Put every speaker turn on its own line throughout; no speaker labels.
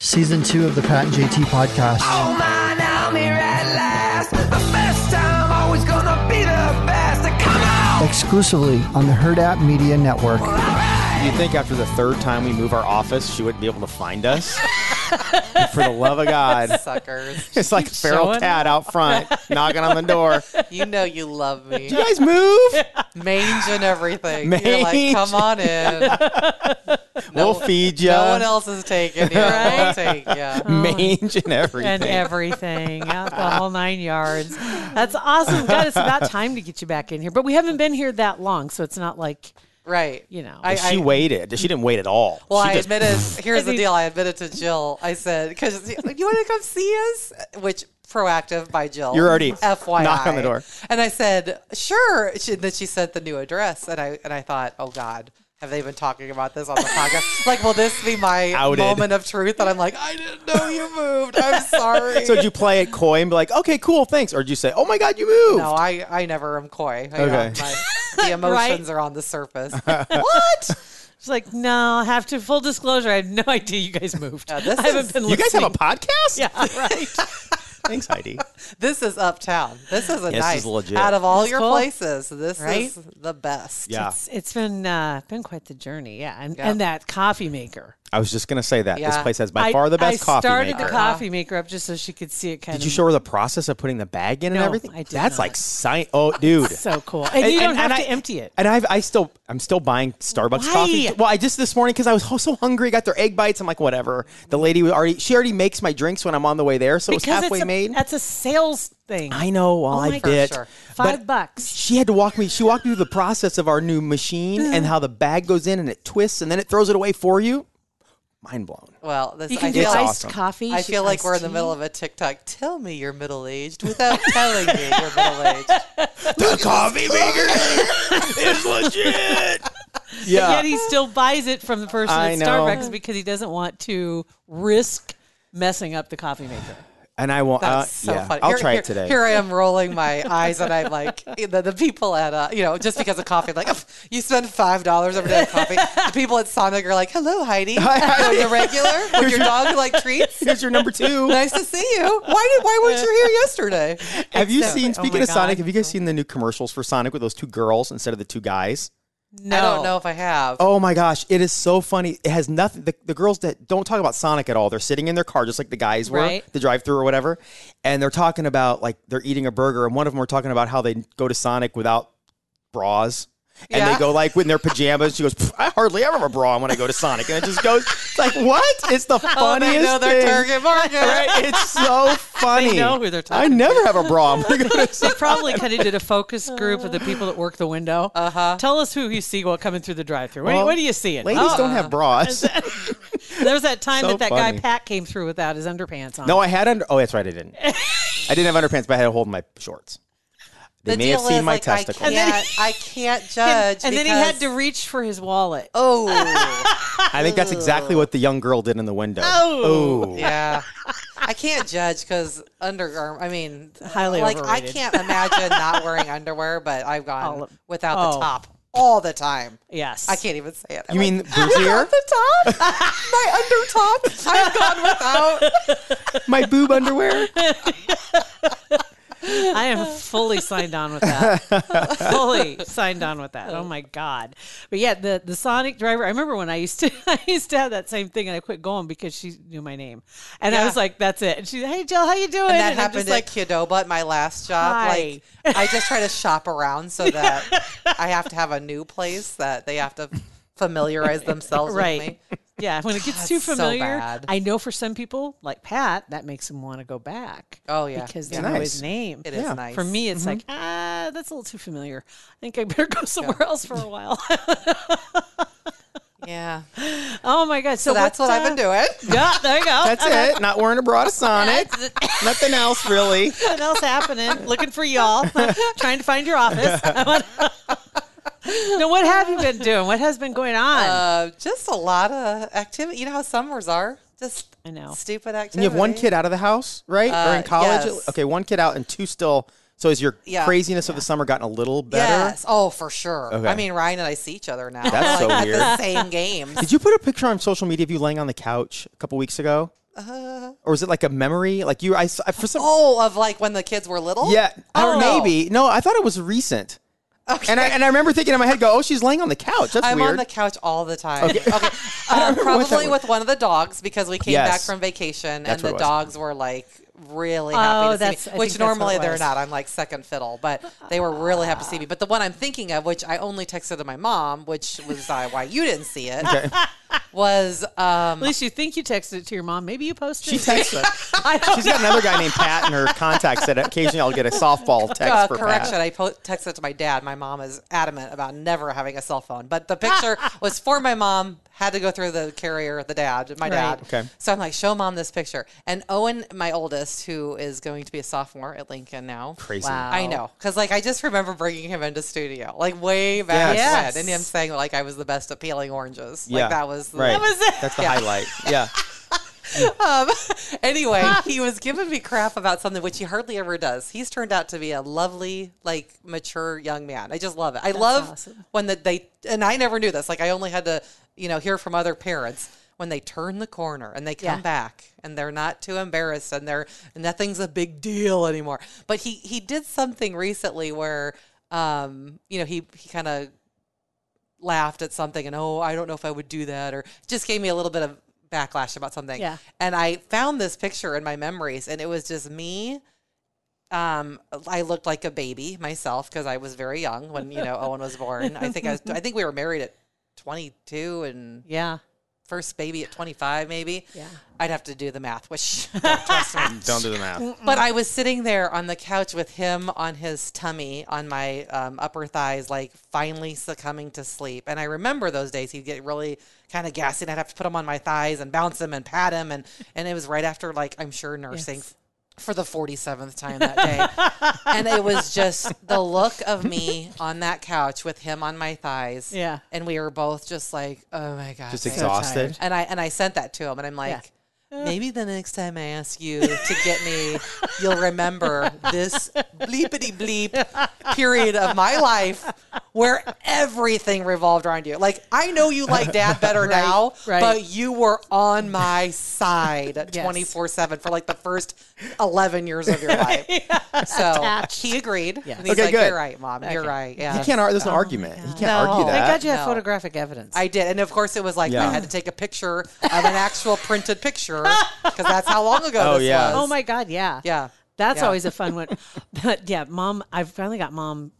Season two of the Pat and JT podcast.
Oh my, now I'm here at last. The best time, always gonna be the best. Come on!
exclusively on the Herd App Media Network.
You think after the third time we move our office, she wouldn't be able to find us? For the love of God.
suckers.
It's like a feral
showing
cat out front, knocking on the door.
You know you love me.
You guys move?
Mange and everything. You're
Mange.
like, come on in.
we'll feed you.
No one else is taking you. I'll take you.
Mange and everything.
and everything, out the whole nine yards. That's awesome, God. It's about time to get you back in here, but we haven't been here that long, so it's not like
Right.
you know.
I-
she waited. She didn't wait at all.
Well,
she
I
just-
admitted. Here's the
think-
deal. I admitted to Jill. I said, "Because you want to come see us," which proactive by Jill.
You're already
FYI.
knock on the door.
And I said, "Sure." She, then she sent the new address, and I and I thought, "Oh God." Have they been talking about this on the podcast? like, will this be my
Outed.
moment of truth? And I'm like, I didn't know you moved. I'm sorry.
so did you play it coy and be like, okay, cool, thanks? Or did you say, oh my God, you moved?
No, I, I never am coy. I
Okay.
don't. my, the emotions are on the surface. what?
She's like, no, I have to full disclosure. I had no idea you guys moved.
Yeah, this
I haven't
is-
been.
you guys have a
listening.
podcast?
yeah, right.
Thanks, Heidi.
This is uptown. This is a
This
nice.
is legit.
Out of all your
cool.
places, this
Right?
is the best.
Yeah.
It's, it's been uh, been quite the journey, yeah, and,
Yeah.
and that coffee maker.
I was just going to say that. This
Yeah.
place has by
I-
far the best
I
coffee.
started
maker.
the coffee maker up just so she could see it. Kind
Did
of
you show her the process of putting the bag in and
No,
everything?
I did
That's
not.
like science. Oh, dude.
so cool, and, you don't have
and
to
I-
empty it.
And I've, I still, I'm still buying Starbucks
Why?
coffee. Well, I just this morning because I was so hungry. Got their egg bites. I'm like, whatever. The lady was already, she already makes my drinks when I'm on the way there, so it was
because
halfway
it's a,
made.
That's a sales thing.
I know. Well,
Oh
I
my
did.
gosh,
sure.
Five
But
bucks.
She had to walk me. She walked me through the process of our new machine and how the bag goes in and it twists and then it throws it away for you. Mind blown.
Well, this
You
I
can do
feel.
It's
iced
awesome.
coffee.
I
you
feel
can
like
iced
we're in the
tea.
middle of a TikTok. Tell me you're middle aged without telling me you're middle aged.
The coffee maker is legit. Yeah.
Yet he still buys it from the person
I
at
know.
Starbucks because he doesn't want to risk messing up the coffee maker.
and I won't.
That's
uh,
so
yeah.
funny.
I'll
Here-
try
here-
it today.
Here I am rolling my eyes, and I'm like, the, the people at, uh, you know, just because of coffee, like, "Ugh, you spend $5 every day on coffee. The people at Sonic are like, hello, Heidi.
Hi, Heidi.
You're regular with your dog who like treats.
Here's your number two.
Nice to see you. Why did, why weren't you here yesterday?
Have you seen?
Oh my
Speaking of
God.
Sonic, have you guys seen the new commercials for Sonic with those two girls instead of the two guys?
No,
I don't know if I have.
Oh my gosh, it is so funny. It has nothing. The, the girls that don't talk about Sonic at all. They're sitting in their car just like the guys were,
Right.
the drive-through or whatever, and they're talking about like they're eating a burger, and one of them were talking about how they go to Sonic without bras. And
Yeah.
they go like in their pajamas. She goes, "Pff, I hardly ever have a bra on when I go to Sonic, and it just goes it's like, what? It's the
Oh,
funniest
they know their
thing.
target market.
Right? It's so funny.
know who they're
I
talking
never have a bra. on when I go to
They probably kind of did a focus group of the people that work the window. Uh huh. Tell us who you see while coming through the drive-through. What,
Uh-huh. Well,
what are you seeing?
Ladies
Oh,
don't have bras.
there was that time
So
that that
funny.
guy Pat came through without his underpants on.
no, I had under. Oh, that's right, I didn't. I didn't have underpants, but I had a hold of my shorts. They
The
may have
deal
seen
is,
my
like,
testicles.
I can't, I can't judge.
and, and then he had
because-
to reach for his wallet.
Oh,
I think that's exactly what the young girl did in the window.
Oh.
Ooh.
yeah. I can't judge because undergarment. I mean,
Highly
like I
overrated.
can't imagine not wearing underwear, but I've gone
All of-
without the
oh.
top all the time.
Yes,
I can't even say it. I'm
You mean
like,
brassiere?
the top? My under top? I've gone without.
my boob underwear?
I am fully signed on with that. fully signed on with that. Oh my god! But yeah, the the Sonic driver. I remember when I used to I used to have that same thing, and I quit going because she knew my name, and I
Yeah.
was like, "That's it." And she's, "Hey Jill, how you doing?"
And that
I'm
happened
just
at Qdoba at my last job.
Hi.
Like I just try to shop around so that I have to have a new place that they have to familiarize themselves
right.
with me.
Yeah, when it gets
God,
too
so
familiar,
bad.
I know for some people like Pat, that makes them want to go back.
Oh, yeah.
because they
Yeah.
know
Nice.
his name.
It is Yeah. nice. Mm-hmm.
For me, it's like ah, that's a little too familiar. I think I better go somewhere else for a while.
Yeah. So,
oh my god! So,
that's what
what's,
I've been
uh,
doing.
Yeah, there you go.
That's
Uh-huh.
it. Not wearing a bra to Sonic. Nothing else really.
Nothing else happening. Looking for y'all. Trying to find your office. now, what have you been doing? What has been going on?
Uh, just a lot of activity. You know how summers are? Just
I know.
stupid
And
activity.
you have one kid out of the house, right? or
Uh,
in college?
yes.
Okay, one kid out and two still So has your
Yeah.
craziness of the summer gotten a little better?
Yes. Oh, for sure.
Okay.
I mean, Ryan and I see each other now.
That's so
like,
weird.
At the same games.
Did you put a picture on social media of you laying on the couch a couple weeks ago? or was it like a memory? Like you, I, s- I- for some.
Uh. Oh, of like when the kids were little.
yeah, I don't
Oh.
maybe. No, I thought it was recent.
Okay.
And I and I remember thinking in my head, go, oh, she's laying on the couch. That's
I'm
weird.
on the couch all the time. Okay. Uh,
what that
probably
was.
with one of the dogs because we came
Yes.
back from vacation
That's what
and
it
the
was.
dogs were like really
Oh,
happy to see me,
that's- I think that's
which
what it
normally they're
was.
not. I'm like second fiddle, but they were really happy to see me. But the one I'm thinking of, which I only texted to my mom, which was uh, why you didn't see it, was um,
At least you think you texted it to your mom. Maybe you posted.
she
it.
texts us.
I don't
She's got another guy named Pat in her contacts that occasionally I'll get a softball text
uh,
for
correction.
Pat.
I po- texted it to my dad. My mom is adamant about never having a cell phone, but the picture was for my mom. Had to go through the carrier, the dad, my dad.
Okay.
So I'm like, show mom this picture. And Owen, my oldest, who is going to be a sophomore at Lincoln now.
Crazy.
Wow.
I know, because like I just remember bringing him into studio, like way back
Yes.
when, and him saying like I was the best at peeling oranges.
Yeah,
Like that was the,
right.
That was it.
That's the highlight. Yeah.
um, anyway, he was giving me crap about something which he hardly ever does. He's turned out to be a lovely, like mature young man. I just love it. I love
awesome.
when that they and I never knew this. Like I only had to, you know, hear from other parents when they turn the corner and they come
Yeah.
back and they're not too embarrassed and they're nothing's a big deal anymore. But he he did something recently where um, you know, he he kind of laughed at something and oh i don't know if i would do that or just gave me a little bit of backlash about something
Yeah.
and i found this picture in my memories and it was just me um i looked like a baby myself because i was very young when you know owen was born i think i was i think we were married at 22 and
Yeah.
first baby at 25 maybe
Yeah.
i'd have to do the math which don't trust me
Don't do the math.
but I was sitting there on the couch with him on his tummy, on my um, upper thighs, like finally succumbing to sleep. And I remember those days he'd get really kind of gassy, and I'd have to put him on my thighs and bounce him and pat him, and and it was right after like I'm sure nursing.
Yes.
For the 47th time that day. and it was just the look of me on that couch with him on my thighs.
Yeah.
And we were both just like, oh my God.
Just
thank you."
exhausted.
And I and I sent that to him, and I'm like, maybe the next time I ask you to get me, you'll remember this bleepity bleep period of my life where everything revolved around you. Like I know you like dad better now,
right.
but you were on my side
Yes.
twenty four seven for like the first eleven years of your life. So
Attached.
he agreed.
Yes.
And he's
Okay,
like,
good.
You're right, mom. You're
Okay.
right. Yeah.
He can't argue. There's no argument. He can't
No.
argue
Thank
that.
God you have
Oh No.
photographic evidence.
I did, and of course it was like
Yeah.
I had to take a picture of an actual printed picture because that's how long ago
Oh,
this
yeah.
was.
oh my God. Yeah.
yeah,
That's
Yeah.
always a fun one. But yeah, mom, I finally got mom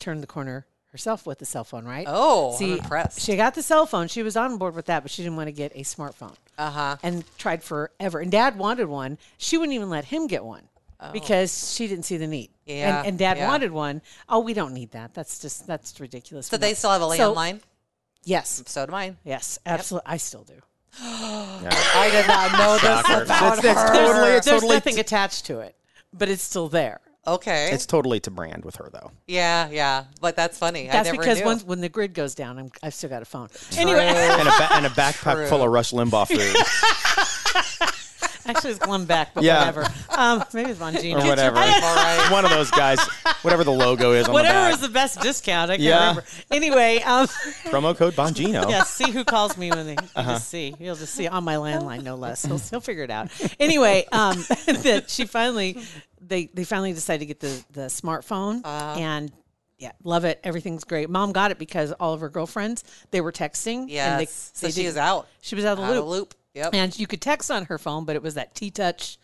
turned the corner herself with the cell phone, right?
Oh, I'm
see,
impressed.
she got the cell phone. She was on board with that, but she didn't want to get a smartphone.
uh huh.
and tried forever. And dad wanted one. She wouldn't even let him get one because she didn't see the need.
Oh. Yeah,
And, and dad
yeah.
wanted one. Oh, we don't need that. That's just, that's ridiculous.
So they still have a
So-
landline.
Yes.
So, do mine.
Yes. Absolutely. I still do.
I did not know this
Shocker.
about
That's- that's
her.
totally-
There's
it's totally
nothing attached to it, but it's still there.
okay.
It's totally to brand with her though.
yeah, yeah, but that's funny.
That's
I never
because
knew.
once when the grid goes down, I'm, I've still got a phone. Anyway,
And a, ba- and a backpack
True.
full of Rush Limbaugh food.
actually, it's one back, but
Yeah.
whatever. Um, maybe it's Bongino.
or whatever.
right.
One of those guys, whatever the logo is on
Whatever is
the
the best discount. I can't
Yeah.
remember. Anyway, um,
back. Promo code Bongino.
Yeah, see who calls me when they you
Uh-huh.
just see. He'll just see on my landline, no less. He'll, he'll figure it out. Anyway, um, that she finally, they they finally decided to get the the smartphone,
Uh.
and yeah, love it. Everything's great. Mom got it because all of her girlfriends they were texting. and they,
yes, so
they
she
didn't-
is out.
She was out of the
Out
loop.
of loop. Yep.
And you could text on her phone, but it was that T touch.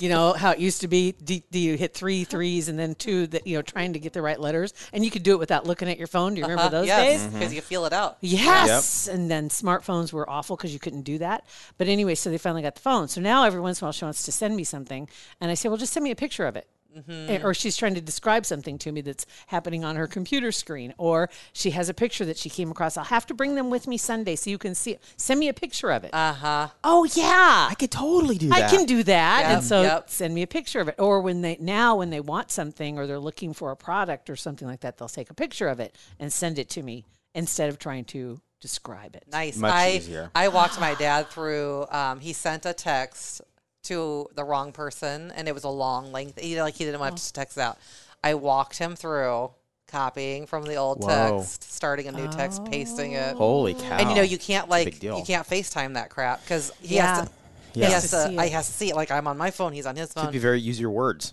You know how it used to be. Do, do you hit three threes and then two? That you know, trying to get the right letters, and you could do it without looking at your phone. Do you remember those days?
Uh, Uh-huh.
Mm-hmm.
yes, because you feel it out.
Yes. And then smartphones were awful because you couldn't do that. But anyway, so they finally got the phone. So now every once in a while she wants to send me something. And I say, well, just send me a picture of it. Eh, Or she's trying to describe something to me that's happening on her computer screen. Or she has a picture that she came across. I'll have to bring them with me Sunday so you can see it. Send me a picture of it. Uh huh. Oh, yeah.
I could totally do
I
that.
can do that.
Yep,
And so
yep.
send me a picture of it. Or when they now when they want something or they're looking for a product or something like that, they'll take a picture of it and send it to me instead of trying to describe it.
Nice.
Much
I,
easier.
I walked my dad through. Um, he sent a
Oh.
text to the wrong person, and it was a long length. You know, like he didn't want to text out. I walked him through copying from the old
Whoa.
text, starting a new text, pasting it.
Holy cow!
And you know, you can't like
big deal.
you can't FaceTime that crap because he
Yeah.
has to.
Yeah.
He has
To
to.
see
I
it.
has to see it. Like I'm on my phone. He's on his
could
phone.
be very use your words.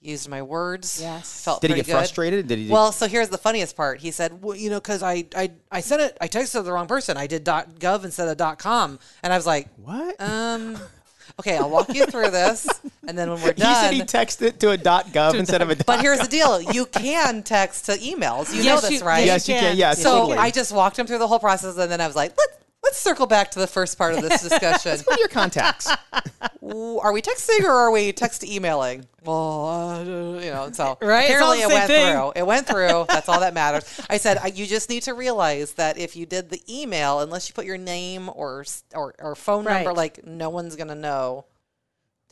Used my words.
Yes.
Felt
Did he
pretty
get
good.
frustrated? Did he?
Well, so here's the funniest part. He said, well, you know, because I, I I sent it. I texted the wrong person. I did .gov instead of .com, and I was like,
what?
um, okay, I'll walk you through this, and then when we're
he said
done.
he texted it to a dot gov instead of a. Dot
but here's the deal: you can text to emails. You
Yes,
know this,
you-
right?
yes, you
Yeah.
can. Yeah,
So
totally.
I just walked him through the whole process, and then I was like, let's let's circle back to the first part of this discussion.
Who are your contacts.
Ooh, are we texting or are we text to emailing? Well, uh, you know, so
Right, it's all
apparently
the
it
same
went
thing.
through. It went through. That's all that matters. I said I- you just need to realize that if you did the email, unless you put your name or s- or, or phone number,
Right.
like no one's gonna know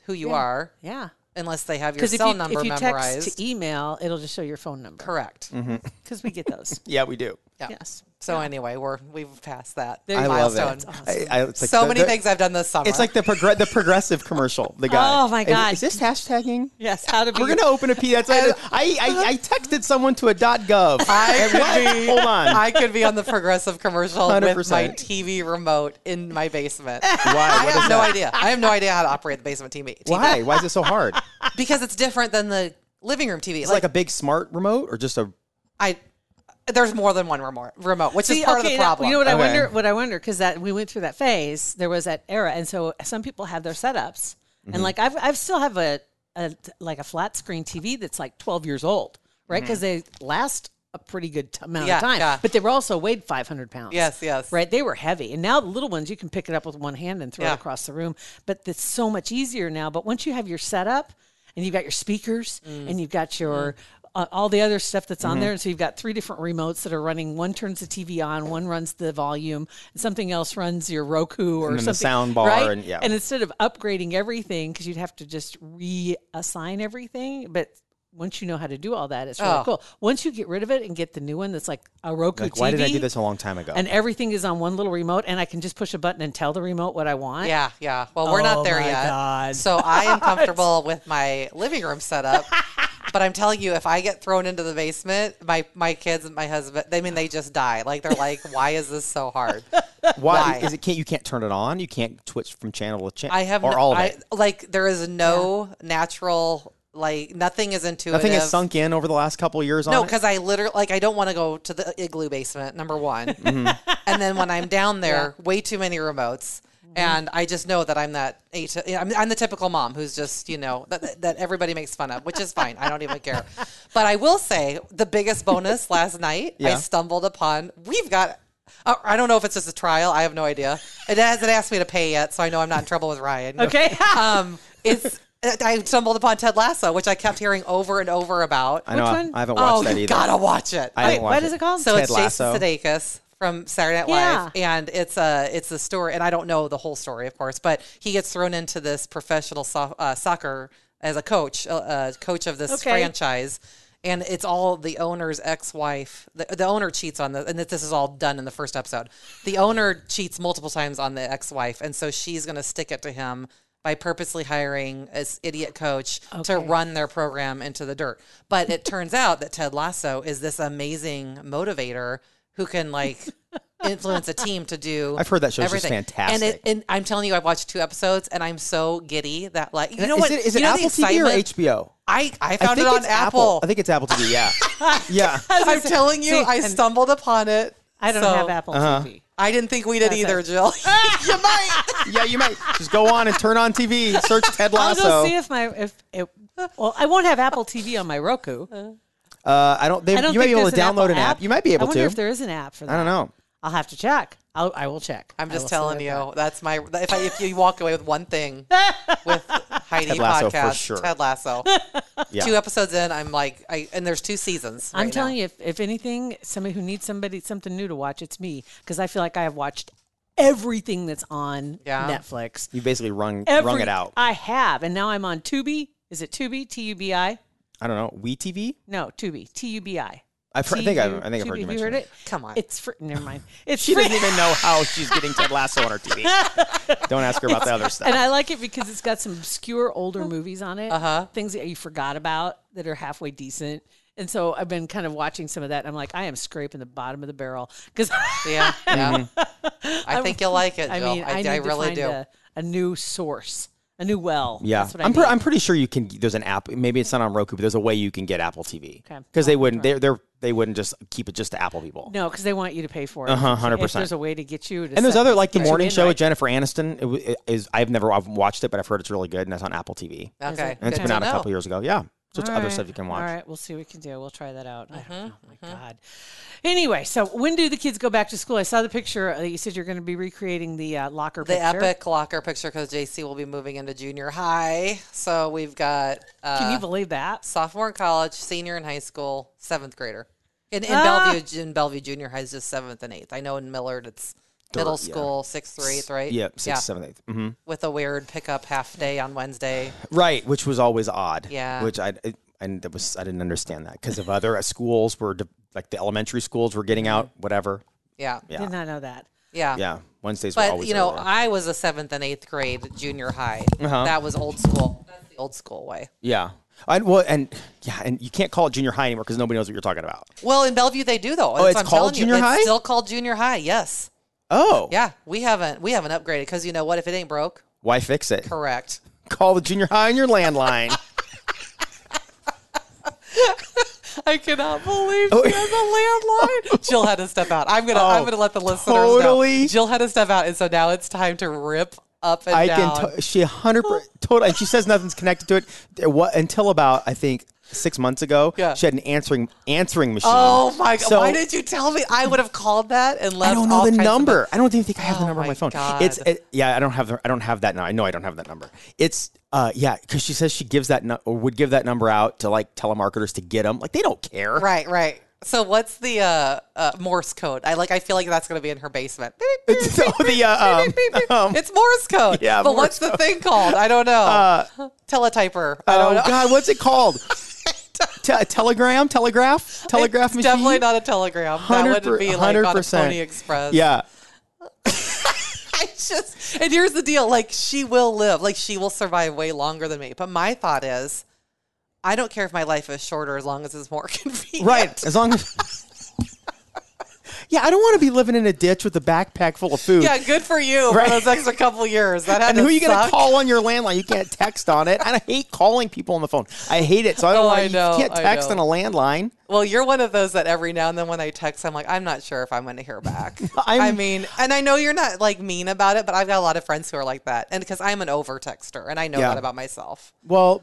who you are
Yeah.
unless they have your
Because if
cell
you,
number
if you
memorized.
text to e email, it'll just show your phone number.
Correct.
Mm-hmm.
Because we get those.
yeah, we do.
Yes.
So anyway, we're we've passed that
There
I
you
love it.
milestone.
I- I- it's like
so
the-
many
the-
things I've done this summer.
It's like the progr- the progressive commercial. The guy.
Oh, my
Is-
God.
Is, this hashtagging?
Yes. How to be.
We're gonna open a p. That's I, I, I, I texted someone to a dot gov. And what? Hold on.
I could be on the progressive commercial with my
100%.
TV remote in my basement.
Why?
I
What is
have no
that?
idea. I have no idea how to operate the basement TV.
Why? Why is it so hard? It's
Because it's different than the living room TV.
like a big smart remote or just a.
I, there's more than one remote, remote which
See,
is part
okay,
of the
now,
problem.
you know what
Okay.
I wonder? What I wonder because that we went through that phase. There was that era, and so some people have their setups,
Mm-hmm.
and like I've I've still have a, a like a flat screen TV that's like twelve years old, right? Because they last a pretty good t- amount
Mm-hmm. Yeah,
of time,
yeah.
but they were also weighed five hundred pounds.
Yes, yes.
right. They were heavy, and now the little ones you can pick it up with one hand and throw
Yeah.
it across the room. But it's so much easier now. But once you have your setup, and you've got your speakers,
Mm.
and you've got your uh, all the other stuff that's
Mm-hmm.
on there. And so you've got three different remotes that are running. One turns the TV on, one runs the volume, and something else runs your Roku or
And then the
something.
sound bar
right?
and- yeah.
instead of upgrading everything, because you'd have to just reassign everything, but once you know how to do all that, it's really
Oh.
cool. Once you get rid of it and get the new one that's like a Roku
Like,
TV,
why did I do this a long time ago?
and everything is on one little remote, and I can just push a button and tell the remote what I want.
Yeah, yeah. Well, we're not
Oh
there
my
yet.
God.
So I am comfortable with my living room setup. But I'm telling you, if I get thrown into the basement, my my kids and my husband, they I mean they just die. Like they're like, why is this so hard?
why,
why?
is it? Can't you can't turn it on? You can't switch from channel to channel.
I have
or
no-
all of
I-
it.
Like there is no natural. Like nothing is intuitive.
Nothing has sunk in over the last couple of years.
No,
on it?
because I literally like I don't want to go to the igloo basement. Number one,
Mm-hmm.
and then when I'm down there, way too many remotes,
Mm-hmm.
and I just know that I'm that eight. I'm, I'm the typical mom who's just you know that that everybody makes fun of, which is fine. I don't even care. But I will say the biggest bonus last night
Yeah.
I stumbled upon. We've got. I- I don't know if it's just a trial. I have no idea. It hasn't asked me to pay yet, so I know I'm not in trouble with Ryan.
Okay.
Um, it's I stumbled upon Ted Lasso, which I kept hearing over and over about.
I know.
Which
I-
one?
I haven't
Oh,
watched that
you
either.
gotta watch it.
I haven't
Wait,
watched
what is it called?
so
Ted
it's
Lasso.
Jason Sudeikis from Saturday Night Live, and it's a it's a story, and I don't know the whole story, of course, but he gets thrown into this professional so- uh, soccer as a coach, a uh, coach of this
Okay.
franchise. And it's all the owner's ex-wife. The, the owner cheats on the, and this is all done in the first episode. The owner cheats multiple times on the ex-wife, and so she's going to stick it to him by purposely hiring this idiot coach to run their program into the dirt. But it turns out that Ted Lasso is this amazing motivator who can like influence a team to do.
I've heard that show's just
everything.
fantastic.
And, it, and I'm telling you, I've watched two episodes, and I'm so giddy that like you know
is
what?
it, is it
you know the
Apple TV or
excitement?
HBO?
I I
I
found
think
it on
it's
Apple.
I think it's Apple TV. Yeah, yeah.
I'm telling you,
See,
I
and-
stumbled upon it.
I don't
So,
have Apple
uh-huh.
TV.
I didn't think we did either, Jill. you might.
Yeah, you might just go on and turn on TV, search Ted
I'll
Lasso.
go see if my if it, well, I won't have Apple TV on my Roku.
uh, I don't. They,
I don't
you might be
think
able
there's
to
an
download
Apple
an app. You might be
I
able
wonder
to.
if there is an app for that.
I don't know.
I'll have to check. I'll, I will check.
I'm
I
just
will
telling
see
you,
about
that's my. If I, if you walk away with one thing with Heidi
Ted Lasso, for
podcast,
sure.
Ted Lasso.
Yeah.
Two episodes in, I'm like, I and there's two seasons.
that. I'm telling you, if, if anything, somebody who needs somebody something new to watch, it's me because I feel like I have watched everything that's on
Yeah.
Netflix.
You basically rung
Every,
rung it out. I,
I have, and now I'm on Tubi. Is it Tubi? T U B I?
don't know. We TV.
No, Tubi. T U B I.
I've heard, I think I've, I think I've heard you mention
heard
it.
it.
Come on.
It's for never mind. It's
She
free.
doesn't even know how she's getting Ted Lasso on her TV. Don't ask her about the other stuff.
And I like it because it's got some obscure older movies on it, uh-huh. things that you forgot about that are halfway decent. And so I've been kind of watching some of that. And I'm like, I am scraping the bottom of the barrel because
yeah, yeah.
Mm-hmm.
I think you'll like it, Jill.
I mean, I, need
I
to
really
find
do.
A, a new source, a new well.
yeah,
that's what I
am
need.
I'm pretty sure you can. There's an app. Maybe it's not on Roku, but there's a way you can get Apple TV.
Okay.
Because they wouldn't. They're, they're they wouldn't just keep it just to Apple people.
no, because they want you to pay for it.
Uh-huh,
If- if
100%.
There's a way to get you. To
And there's
set-
other like the
get you
morning
in
show
right.
with Jennifer Aniston. It w- It is I've never I've watched it, but I've heard it's really good, and that's on Apple TV.
Is
Okay.
it?
And it's been
good to
out a
know.
couple years ago. Yeah, so it's
All
other
right.
stuff you can watch.
All right, we'll see what we can do. We'll try that out. I
Mm-hmm,
don't know. Oh my God. Anyway, so when do the kids go back to school? I saw the picture that you said you're going to be recreating the uh, locker
The
picture.
epic locker picture because JC will be moving into junior high. So we've got uh,
Can you believe that?
sophomore in college, senior in high school, seventh grader. In, in
Ah.
Bellevue, in Bellevue Junior High is just seventh and eighth. I know in Millard it's middle
yeah.
school, sixth through eighth, right?
Yeah, six, seven, eight. Mm-hmm.
With a weird pickup half day on Wednesday.
Right, which was always odd.
Yeah.
which I it, and that was I didn't understand that because if other uh, schools were de- like the elementary schools were getting out,
Mm-hmm.
whatever.
Yeah.
Yeah,
Did not know that.
Yeah.
Yeah, Wednesdays were
But
always
you know,
earlier.
I was a seventh and eighth grade junior high.
Uh-huh.
That was old school. That's the old school way.
yeah. And well, and yeah, and you can't call it junior high anymore because nobody knows what you're talking about.
Well, in Bellevue they do though. Oh,
it's called junior high?
It's still called junior high. Yes.
Oh,
Yeah. We haven't we haven't upgraded because you know what? If it ain't broke,
Why fix it?
correct.
Call the junior high on your landline.
I cannot believe she has a landline. Oh. Jill had to step out. I'm gonna I'm gonna let the listeners know.
Oh, totally.
Jill had to step out, and so now it's time to rip up and
I
down.
can. T- she hundred totally. And she says nothing's connected to it. There wa- until about I think six months ago?
Yeah.
She had an answering answering machine.
oh my god!
So-
Why did you tell me? I would have called that and left.
I don't
all
know the
kinds of-
number. I don't even think I have the
Oh
number on
my
my phone.
God.
It's it, yeah. I don't have the, I don't have that now. I know I don't have that number. It's uh yeah because she says she gives that nu- or would give that number out to like telemarketers to get them. Like they don't care.
right, right. So what's the uh, uh, Morse code? I like. I feel like that's gonna be in her basement.
It's so the uh, um, um,
It's Morse code.
Yeah,
but
Morse Uh,
what's the thing called? I don't know. Teletyper. I
oh
don't know.
god, what's it called? Te- telegram, telegraph, telegraph
It's
machine.
Definitely not a telegram. That
100
wouldn't be like on a
100%.
Pony Express.
Yeah.
I just and here's the deal: like she will live, like she will survive way longer than me. But my thought is, I don't care if my life is shorter as long as it's more convenient.
Right. As long as. yeah, I don't want to be living in a ditch with a backpack full of food.
Yeah, good for you
Right.
for those extra couple of years. That had
and who
to
are you going
suck.
to call on your landline? You can't text on it. And I hate calling people on the phone. I hate it. So I don't
Oh,
want
I know,
You can't
I
text on
know.
a landline.
Well, you're one of those that every now and then when I text, I'm like, I'm not sure if I'm going to hear back. I
I'm-
mean, and I know you're not like mean about it, but I've got a lot of friends who are like that, and because I'm an over texter, and I know
Yeah.
that about myself.
Well,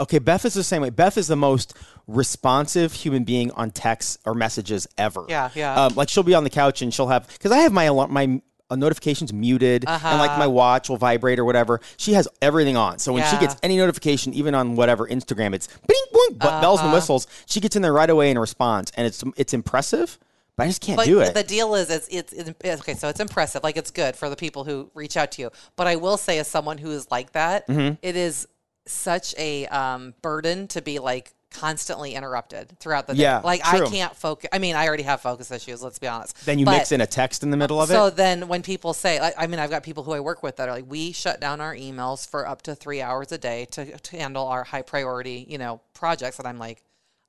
okay, Beth is the same way. Beth is the most responsive human being on texts or messages ever.
Yeah, yeah.
Um, like she'll be on the couch and she'll have because I have my alarm, my uh, notifications muted and like my watch will vibrate or whatever. She has everything on, so when she
Uh-huh. Yeah.
gets any notification, even on whatever Instagram, it's bing boing, but bells
Uh-huh.
and whistles. She gets in there right away and responds, and it's it's impressive. But I just can't
But
do it.
the deal is, it's, it's it's okay. So it's impressive. Like it's good for the people who reach out to you. But I will say, as someone who is like that,
Mm-hmm.
it is such a um, burden to be like constantly interrupted throughout the day.
Yeah,
like
true.
I can't focus. I mean, I already have focus issues. Let's be honest.
then you
But-
mix in a text in the middle of
so
it.
then when people say, I, I mean, I've got people who I work with that are like, we shut down our emails for up to three hours a day to, to handle our high priority, you know, projects. And I'm like,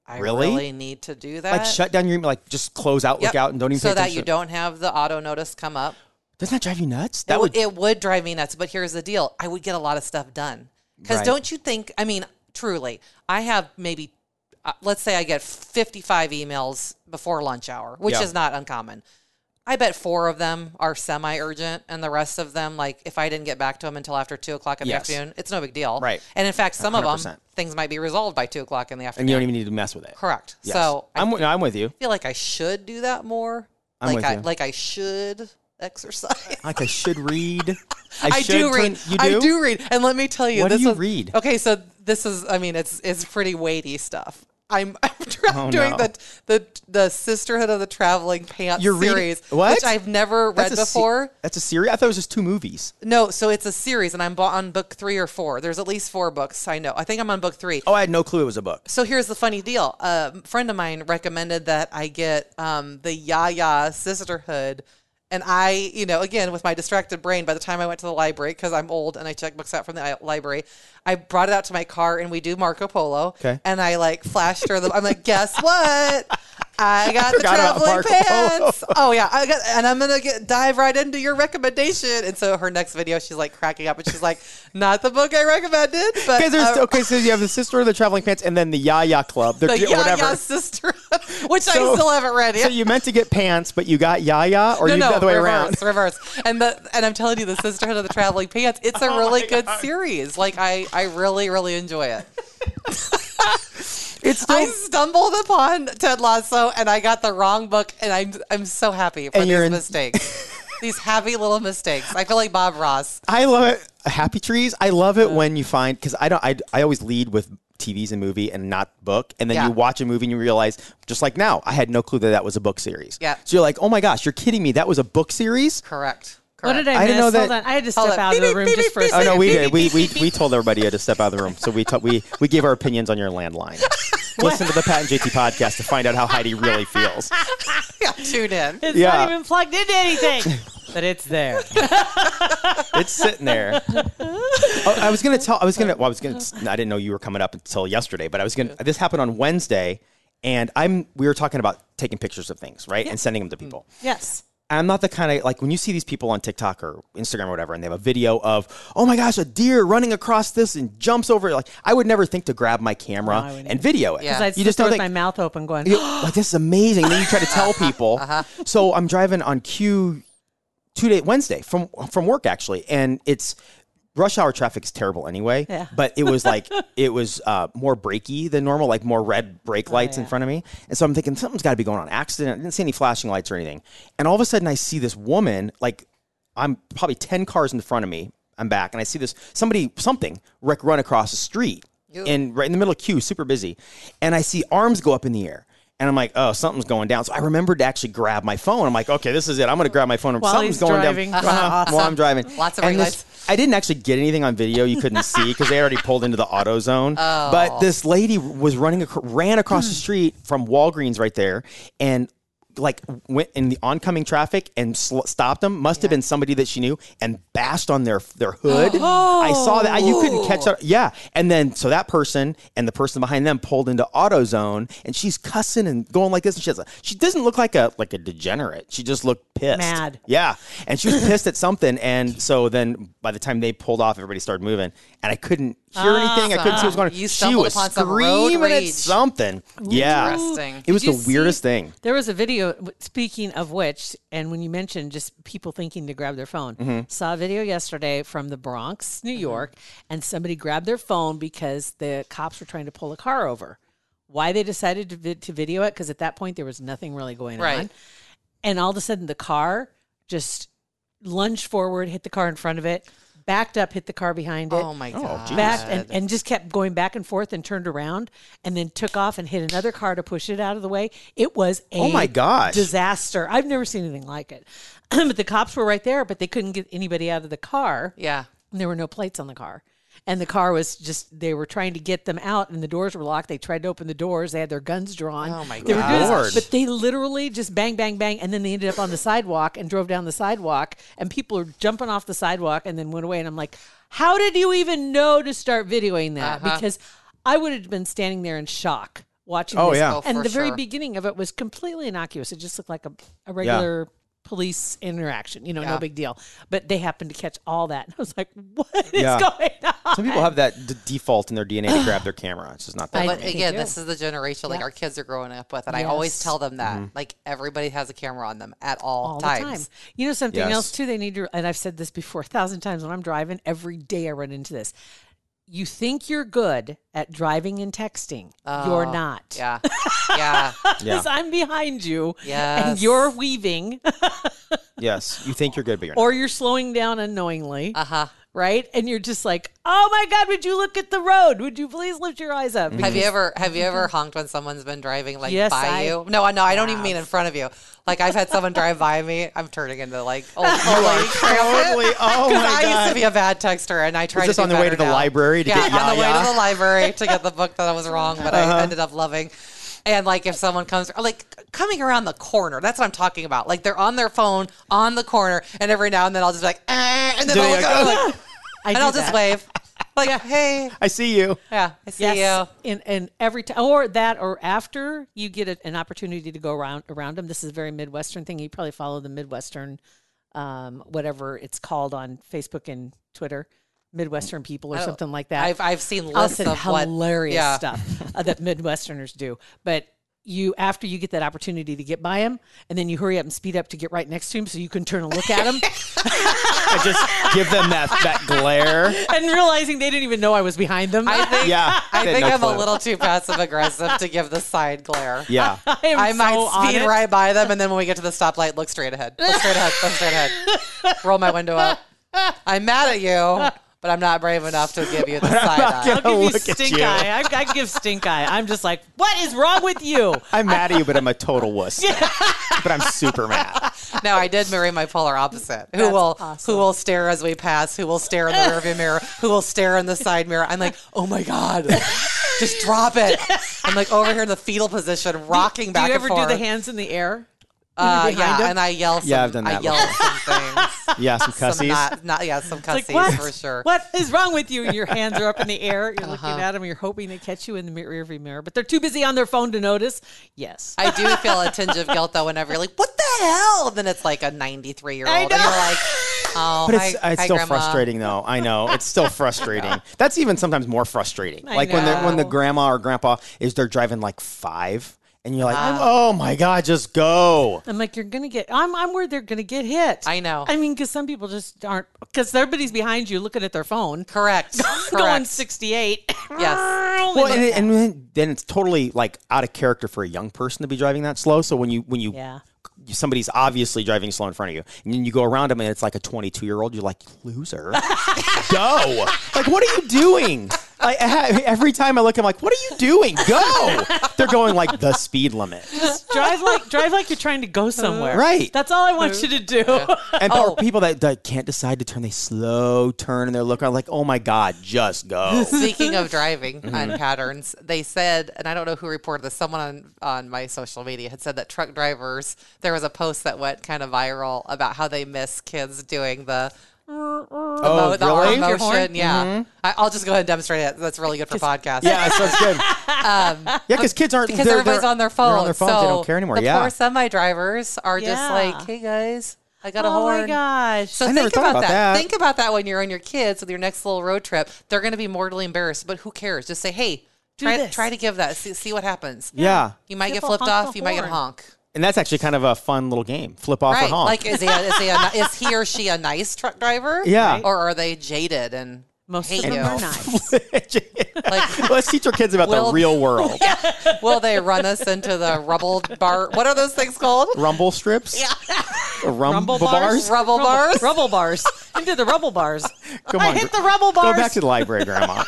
I
Really?
really, need to do that.
Like shut down your email, like just close out,
Yep.
look out, and don't even.
so
pay
that
attention.
you don't have the auto notice come up.
Doesn't that drive you nuts? That
It
would
would, it would drive me nuts. But here's the deal: I would get a lot of stuff done. Because
Right.
don't you think? I mean, truly, I have maybe, uh, let's say, I get 55 emails before lunch hour, which
Yeah.
is not uncommon. I bet four of them are semi urgent, and the rest of them, like, if I didn't get back to them until after two o'clock in the
Yes.
afternoon, it's no big deal.
Right.
And in fact, some of
100%.
them things might be resolved by two o'clock in the afternoon.
and you don't even need to mess with it.
Correct.
Yes.
So I
I'm, wi- I'm with you.
feel like I should do that more.
I'm
like
with
I
you.
like I should exercise.
Like I should read. I,
I,
should
do
turn-
read.
You do.
I do read. And let me tell you,
What do
this
you
was-
read?
Okay, so this is. I mean, it's it's pretty weighty stuff. I'm, I'm tra-
Oh,
doing
no.
the the the Sisterhood of the Traveling Pants
You're reading-
series,
what?
which I've never read
That's a se-
before.
that's a series. I thought it was just two movies.
No, so it's a series, and I'm bo- on book three or four. There's at least four books. I know. I think I'm on book three.
Oh, I had no clue it was a book.
So here's the funny deal. A friend of mine recommended that I get um, the Yaya Sisterhood. And I, you know, again, with my distracted brain, by the time I went to the library, because I'm old and I check books out from the i- library, I brought it out to my car and we do Marco Polo.
Okay.
And I like flashed her the, I'm like, guess what? I got the
forgot about
traveling
Marco Polo.
pants. Oh, yeah. I got, and I'm going to get dive right into your recommendation. And so her next video, she's like cracking up and she's like, not the book I recommended, but.
Okay, there's,
uh,
okay, so you have the sister of the traveling pants, and then the Yaya Club, the,
the
or whatever.
Yaya sister, which
So-
I still haven't read yet.
So you meant to get pants, but you got Yaya, or
no,
you
no,
the other way around.
reverse, reverse. And the and I'm telling you, the Sisterhood of the Traveling Pants. It's
Oh
a really good series. Like I, I really, really enjoy it.
It's still,
I stumbled upon Ted Lasso, and I got the wrong book, and I'm, I'm so happy for
And
these
you're in-
mistakes. these happy little mistakes. I feel like Bob Ross.
I love it. Happy trees. I love it when you find because I don't. I, I always lead with TVs and movie and not book, and then
Yeah.
you watch a movie and you realize, just like now, I had no clue that that was a book series.
Yeah.
So you're like, oh my gosh, you're kidding me. That was a book series.
Correct. Correct.
What did I,
I
miss?
didn't know
Hold
that-
on. I had to
Hold on.
step out of
Beep,
the room
beep,
just for a
beep,
Oh
second.
no, we did. We we we told everybody to step out of the room. So we t- we we gave our opinions on your landline. Listen to the Pat and JT podcast to find out how Heidi really feels.
Yeah, tune in.
It's
Yeah.
not even plugged into anything, but it's there.
It's sitting there. Oh, I was gonna tell. I was gonna. Well, I was gonna. I didn't know you were coming up until yesterday, but I was gonna. This happened on Wednesday, and I'm. We were talking about taking pictures of things, right, and sending them
Mm-hmm.
to people.
Yes.
I'm not the kind of like when you see these people on TikTok or Instagram or whatever, and they have a video of, oh my gosh, a deer running across this and jumps over. it," Like I would never think to grab my camera
I wouldn't
and video it.
Yeah. 'Cause
I'd
You just don't
with
think
my mouth open going, "Oh,
you- like this is amazing. Then you try to tell people.
Uh-huh.
So I'm driving on Q two day Wednesday from from work actually, and it's rush hour traffic is terrible anyway.
Yeah.
But it was like it was uh, more breaky than normal, like more red brake lights in
Oh, yeah.
front of me, and so I'm thinking something's got to be going on. Accident. I didn't see any flashing lights or anything, and all of a sudden I see this woman like I'm probably ten cars in front of me. I'm back, and I see this somebody something wreck run across the street. And right in the middle of queue, super busy, and I see arms go up in the air, and I'm like, oh, something's going down. So I remembered to actually grab my phone. I'm like, okay, this is it. I'm gonna grab my phone.
While
something's
he's
going
driving.
down. Uh-huh, While I'm driving,
Lots of
And
ring
this- I didn't actually get anything on video. You couldn't see because they already pulled into the auto zone. But this lady was running, ac- ran across the street from Walgreens right there, and like went in the oncoming traffic and sl- stopped them. Must have been somebody that she knew and bashed on their their hood. I saw that. I- you couldn't catch that. Yeah, and then so that person and the person behind them pulled into auto zone, and she's cussing and going like this. And she has a, she doesn't look like a like a degenerate. She just looked pissed pissed.
Mad.
Yeah. And she was pissed at something. And so then by the time they pulled off, everybody started moving. And I couldn't hear anything. I couldn't see what was going on.
Ah, You
she
stumbled
was
upon some road
screaming at
rage.
something. Yeah.
Interesting.
It was
Did
the
you
weirdest
see-
thing.
There was a video. w- Speaking of which, and when you mentioned just people thinking to grab their phone,
Mm-hmm.
saw a video yesterday from the Bronx, New York, and somebody grabbed their phone because the cops were trying to pull a car over. Why they decided to, vid- to video it? Because at that point there was nothing really going on,
Right.
and all of a sudden the car just lunged forward, hit the car in front of it, backed up, hit the car behind it
Oh my god.
back and, and just kept going back and forth and turned around and then took off and hit another car to push it out of the way. It was a
Oh my gosh.
disaster. I've never seen anything like it. but the cops were right there, but they couldn't get anybody out of the car.
yeah.
And there were no plates on the car. And the car was just, they were trying to get them out and the doors were locked. They tried to open the doors. They had their guns drawn.
Oh my
They were doing this,
Lord.
But they literally just bang, bang, bang. And then they ended up on the sidewalk and drove down the sidewalk. And people were jumping off the sidewalk and then went away. And I'm like, how did you even know to start videoing that?
Uh-huh.
Because I would have been standing there in shock watching
Oh,
this.
yeah.
Oh,
And
for
the very
sure.
beginning of it was completely innocuous. It just looked like a, a regular police interaction, you know, no
Yeah.
big deal. But they happened to catch all that. And I was like, what is
Yeah.
going on?
Some people have that d- default in their DNA to grab their camera. It's just not that.
But
think they
again,
do.
this is the generation like
Yeah.
our kids are growing up with, and I always
Yes.
tell them that like everybody has a camera on them at all,
all
times.
the time. You know something
Yes.
else too? They need to, and I've said this before a thousand times. When I'm driving, every day I run into this. You think you're good at driving and texting. you're not.
Oh, Yeah, yeah,
Yeah.
Because I'm behind you,
Yes.
and you're weaving.
Yes, you think you're good, but you're not.
or you're slowing down unknowingly,
Uh huh.
right? And you're just like, oh my God, would you look at the road? Would you please lift your eyes up?
Have you ever have you ever honked when someone's been driving like
Yes,
by
I
you? No, I no, I don't even mean in front of you. Like I've had someone drive by me. I'm turning into like old, old lady cramping.
Totally. Oh my
I
god.
used to be a bad texter, and I tried.
this
to do
on the way
better
to the
now.
library to
yeah,
get
on the way
yaya? Uh-huh.
to the library to get the book that I was wrong, but I ended up loving. And like, if someone comes, or like coming around the corner, that's what I'm talking about. Like they're on their phone on the corner, and every now and then I'll just be like, eh, and then
Yeah,
I'll
yeah.
go, like,
I
and
do
I'll just
that.
wave, like, hey,
I see you.
yeah, I see
Yes,
you.
and and every time, or that, or after you get a, an opportunity to go around around them. This is a very midwestern thing. You probably follow the midwestern, um, whatever it's called on Facebook and Twitter, midwestern people or something like that.
Oh, I've I've seen lists
Awesome,
of what
hilarious
yeah.
stuff uh, that Midwesterners do. But you, after you get that opportunity to get by him, and then you hurry up and speed up to get right next to him so you can turn and look at him,
I just give them that that glare.
and realizing they didn't even know I was behind them.
I
I,
think
Yeah. they had
I think
no
I'm a
clue.
little too passive aggressive to give the side glare.
Yeah.
am
I
so
might
on
speed
it.
right by them, and then when we get to the stoplight, look straight ahead. Look straight ahead. Look straight ahead. Roll my window up. I'm mad at you, but I'm not brave enough to give you the side eye.
I'll give you
Look at
stink
you.
eye. I, I give stink eye. I'm just like, what is wrong with you?
I'm mad at you, but I'm a total wuss. But I'm super mad.
Now I did marry my polar opposite, who will who will stare as we pass, who will stare in the rearview mirror, who will stare in the side mirror. I'm like, oh my god, just drop it. I'm like over here in the fetal position, rocking
Do
back
you ever
and
do
forth.
the hands in the air?
Uh,
behind
yeah,
him?
and I yell. Some,
Yeah, I've done
I
that
yell some things.
Yeah, some
Some
cussies.
not, not yeah, some cussies
Like what?
for sure. Uh-huh.
What is wrong with you? And your hands are up in the air. You're looking at them. You're hoping they catch you in the mi- rearview mirror, but they're too busy on their phone to notice. Yes,
I do feel a tinge of guilt though whenever you're like, "What the hell?" Then it's like a 93 year old,
I
and
know.
you're like, "Oh,
But it's,
hi,
it's
hi,
still
grandma.
frustrating, though. I know it's still frustrating. That's even sometimes more frustrating.
I
like when the when the
know.
grandma or grandpa is they're driving like five, and you're like,
Uh-huh.
oh my god, just go.
I'm like you're gonna get. I'm I'm worried they're gonna get hit.
I know.
I mean, because some people just aren't. Because everybody's behind you looking at their phone.
Correct.
Going
Correct.
68.
Yes.
Well, and, it- and then, then it's totally like out of character for a young person to be driving that slow. So when you when you
Yeah.
somebody's obviously driving slow in front of you, and then you go around them, and it's like a 22 year old, you're like loser, go. Like what are you doing? Like I- every time I look, I'm like, what are you doing? Go. They're going like the speed limit,
drive like drive like you're trying to go somewhere.
Uh, Right.
That's all I want you to do.
and there
Oh.
are people that, that can't decide to turn. They slow turn, and they're looking like, oh my god, just go.
Speaking of driving
Mm-hmm.
on patterns, they said, and I don't know who reported this. Someone on on my social media had said that truck drivers. There was a post that went kind of viral about how they miss kids doing the.
oh,
the arm
really? Mm-hmm.
your horn?
motion, yeah. I, I'll just go ahead and demonstrate it. That's really good for podcasts.
Yeah, so it's good. yeah, because kids aren't
Um, because
they're-
everybody's
they're-
on their
they're
phone.
on their phones.
So
they don't care anymore.
The
yeah,
poor semi drivers are just
Yeah.
like, hey guys, I got a
oh
horn.
my gosh.
So
I
think
never thought
about,
about
that.
that.
Think about that when you're on your kids with your next little road trip. They're going to be mortally embarrassed, but who cares? Just say, hey, try
this.
try to give that. See, see what happens.
Yeah.
You might
Give
get
a
flipped
honk
off.
the
You might get
horn.
honk.
And that's actually kind of a fun little game. Flip off
Right.
a honk.
Like, is he, a, is, he a, is he or she a nice truck driver?
Yeah. Right.
Or are they jaded and
Most
hate
of them
you?
are nice.
Like,
Let's teach our kids about
Will-
the real world.
will they run us into the rubble bar? What are those things called?
Rumble strips? Yeah. Rumble,
Rumble bars?
bars?
Rubble bars?
Rubble bars. Into the rubble bars.
Come
I
on,
hit
gr-
the rubble bars.
Go back to the library, Grandma.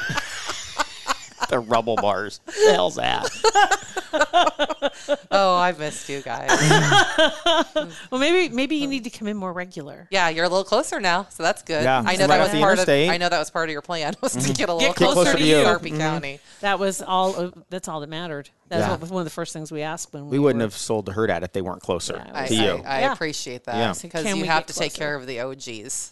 the rubble bars. the hell's that?
Oh, I missed you guys.
well, maybe maybe you need to come in more regular.
Yeah, you're a little closer now, so that's good.
Yeah,
I
right
know that
off
was
the
part
interstate. Mm-hmm.
of. I know that was part of your plan was to get a little
closer to you.
Sharpie County.
That was all. of- That's all that mattered. That was
Yeah.
what was one of the first things we asked when we,
We wouldn't
were-
have sold the herd at if they weren't closer
Yeah,
I,
to you.
I, I
Yeah.
appreciate
Yeah. Mm-hmm.
that because
Can
you
we
have
get
to take
closer?
care of the OGs.
Yes.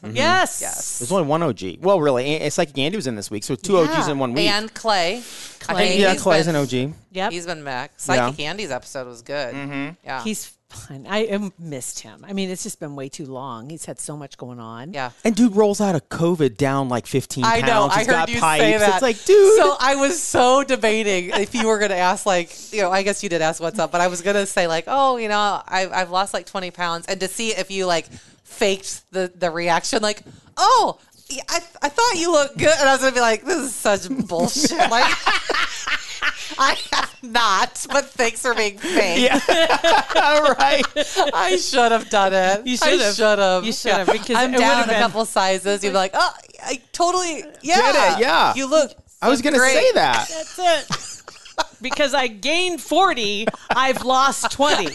Yes.
There's only one OG. Well, really, and- it's like Andy was in this week, so two OGs
Yeah.
in one week.
And Clay. Clay.
yeah, Clay's an OG.
Yep.
He's been back. Psychic Andy's episode was good. Yeah.
He's fun. I um, missed him. I mean, it's just been way too long. He's had so much going on.
yeah.
And dude rolls out of COVID down like 15
I
pounds.
know. I
He's
heard
got
you
pipes.
say that.
It's like, dude.
So I was so debating if you were going to ask, like, you know, I guess you did ask what's up, but I was going to say, like, oh, you know, I've, I've lost like 20 pounds. And to see if you, like, faked the, the reaction, like, oh, yeah, I, I thought you looked good. And I was going to be like, this is such bullshit. Like, I have not, but thanks for being fake.
Yeah. right.
I should have done it.
You should
I
have.
should have.
You should have, because
I'm
it would
down
have
a
been-
couple sizes. You'd be like, oh, I totally. Yeah.
it, yeah.
You look.
I was going to
great.
say that.
That's it. because I gained 40, I've lost 20.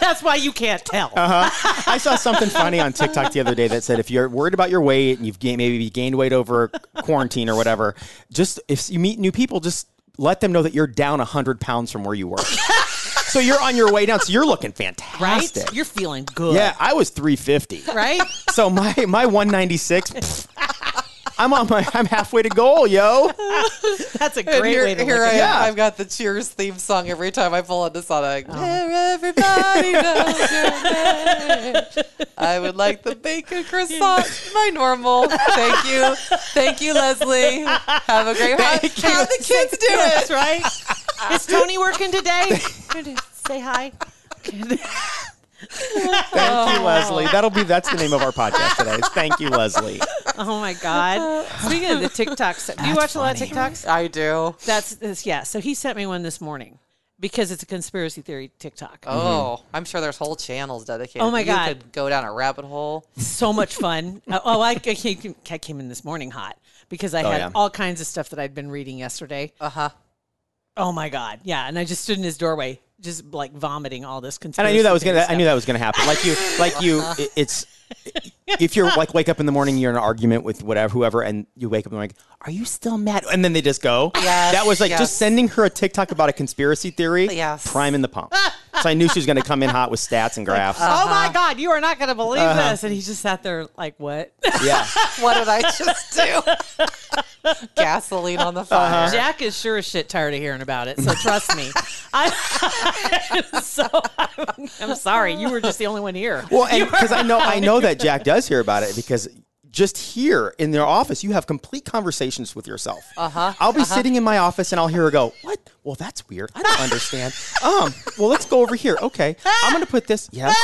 That's why you can't tell.
Uh,
I saw something funny on TikTok the other day that said if you're worried about your weight and you've gained, maybe gained weight over quarantine or whatever, just if you meet new people, just let them know that you're down 100 pounds from where you were. so you're on your way down. So you're looking
Right?
fantastic.
You're feeling good.
yeah, I was 350.
Right?
So my my 196 pfft, I'm on my I'm halfway to goal, yo.
That's a
And
great
here,
way to
here
look
I am.
at it.
Yeah.
Oh.
I've got the Cheers theme song every time I pull into Sonic. Where everybody knows your name. I would like the bacon croissant, my normal. Thank you, thank you, Leslie. Have a great. How, how the kids do it?
That's right. Is Tony working today? Say hi.
Thank you, Leslie. That'll be that's the name of our podcast today. is Thank you, Leslie.
Oh my God. Speaking of the TikToks, do you watch a lot of TikToks?
I do.
That's, that's yeah. So he sent me one this morning because it's a conspiracy theory TikTok.
Oh,
Mm-hmm.
I'm sure there's whole channels dedicated.
Oh my
you
God.
could go down a rabbit hole.
so much fun. Uh, oh, I, I, came, I came in this morning hot because I had
Oh, yeah.
all kinds of stuff that I'd been reading yesterday.
Uh huh.
Oh my god, yeah! And I just stood in his doorway, just like vomiting all this
And
conspiracy.
I knew that was gonna. I
theory
knew that was gonna happen. Like you, like you. it- It's if you're like wake up in the morning, you're in an argument with whatever whoever, and you wake up and like, are you still mad? And then they just go.
Yes,
that was like
yes.
just sending her a TikTok about a conspiracy theory.
Yes.
priming the pump. so I knew she was gonna come in hot with stats and graphs.
stuff. Oh my god, you are not gonna believe
Uh-huh.
this! And he just sat there like, "What?"
yeah,
What did I just do? Gasoline on the fire.
Jack is sure as shit tired of hearing about it. So trust me. I, so I'm, I'm sorry, you were just the only one here.
Well, and because I know I know that Jack does hear about it because just here in their office, you have complete conversations with yourself. Uh huh. I'll be sitting in my office and I'll hear her go, "What? Well, that's weird. I don't understand. Um, well, let's go over here. Okay, I'm gonna put this. Yes,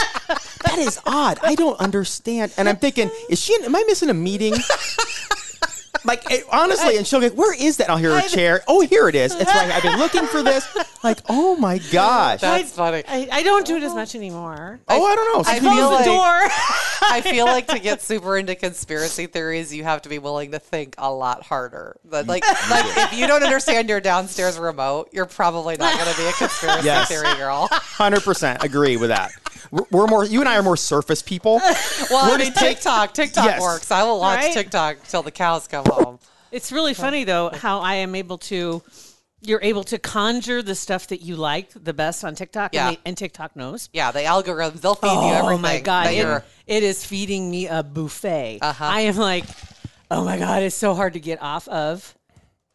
that is odd. I don't understand. And I'm thinking, is she? Am I missing a meeting? Like it- honestly, and she'll go, "Where is that?" And I'll hear her chair. Oh, here it is. It's like I've been looking for this. Like, oh my gosh.
That's funny.
I, I don't do it as much anymore.
oh, Uh-huh. I don't know.
I
Sometimes
feel
Close
it's-
the
like-
door.
I feel like to get super into conspiracy theories, you have to be willing to think a lot harder. But like, like if you don't understand your downstairs remote, you're probably not going to be a conspiracy
Yes.
theory girl.
Hundred percent agree with that. We're- We're more. You and I are more surface people.
Well, I
We're
mean,
just take-
TikTok, TikTok
Yes.
works. I will watch
Right?
TikTok till the cows come home.
It's really funny though how I am able to you're able to conjure the stuff that you like the best on TikTok
Yeah.
and, they, and TikTok knows.
Yeah, the algorithms, they'll feed you everything.
oh my god,
that you're-
it, it is feeding me a buffet.
Uh-huh.
I am like, oh my god, it's so hard to get off of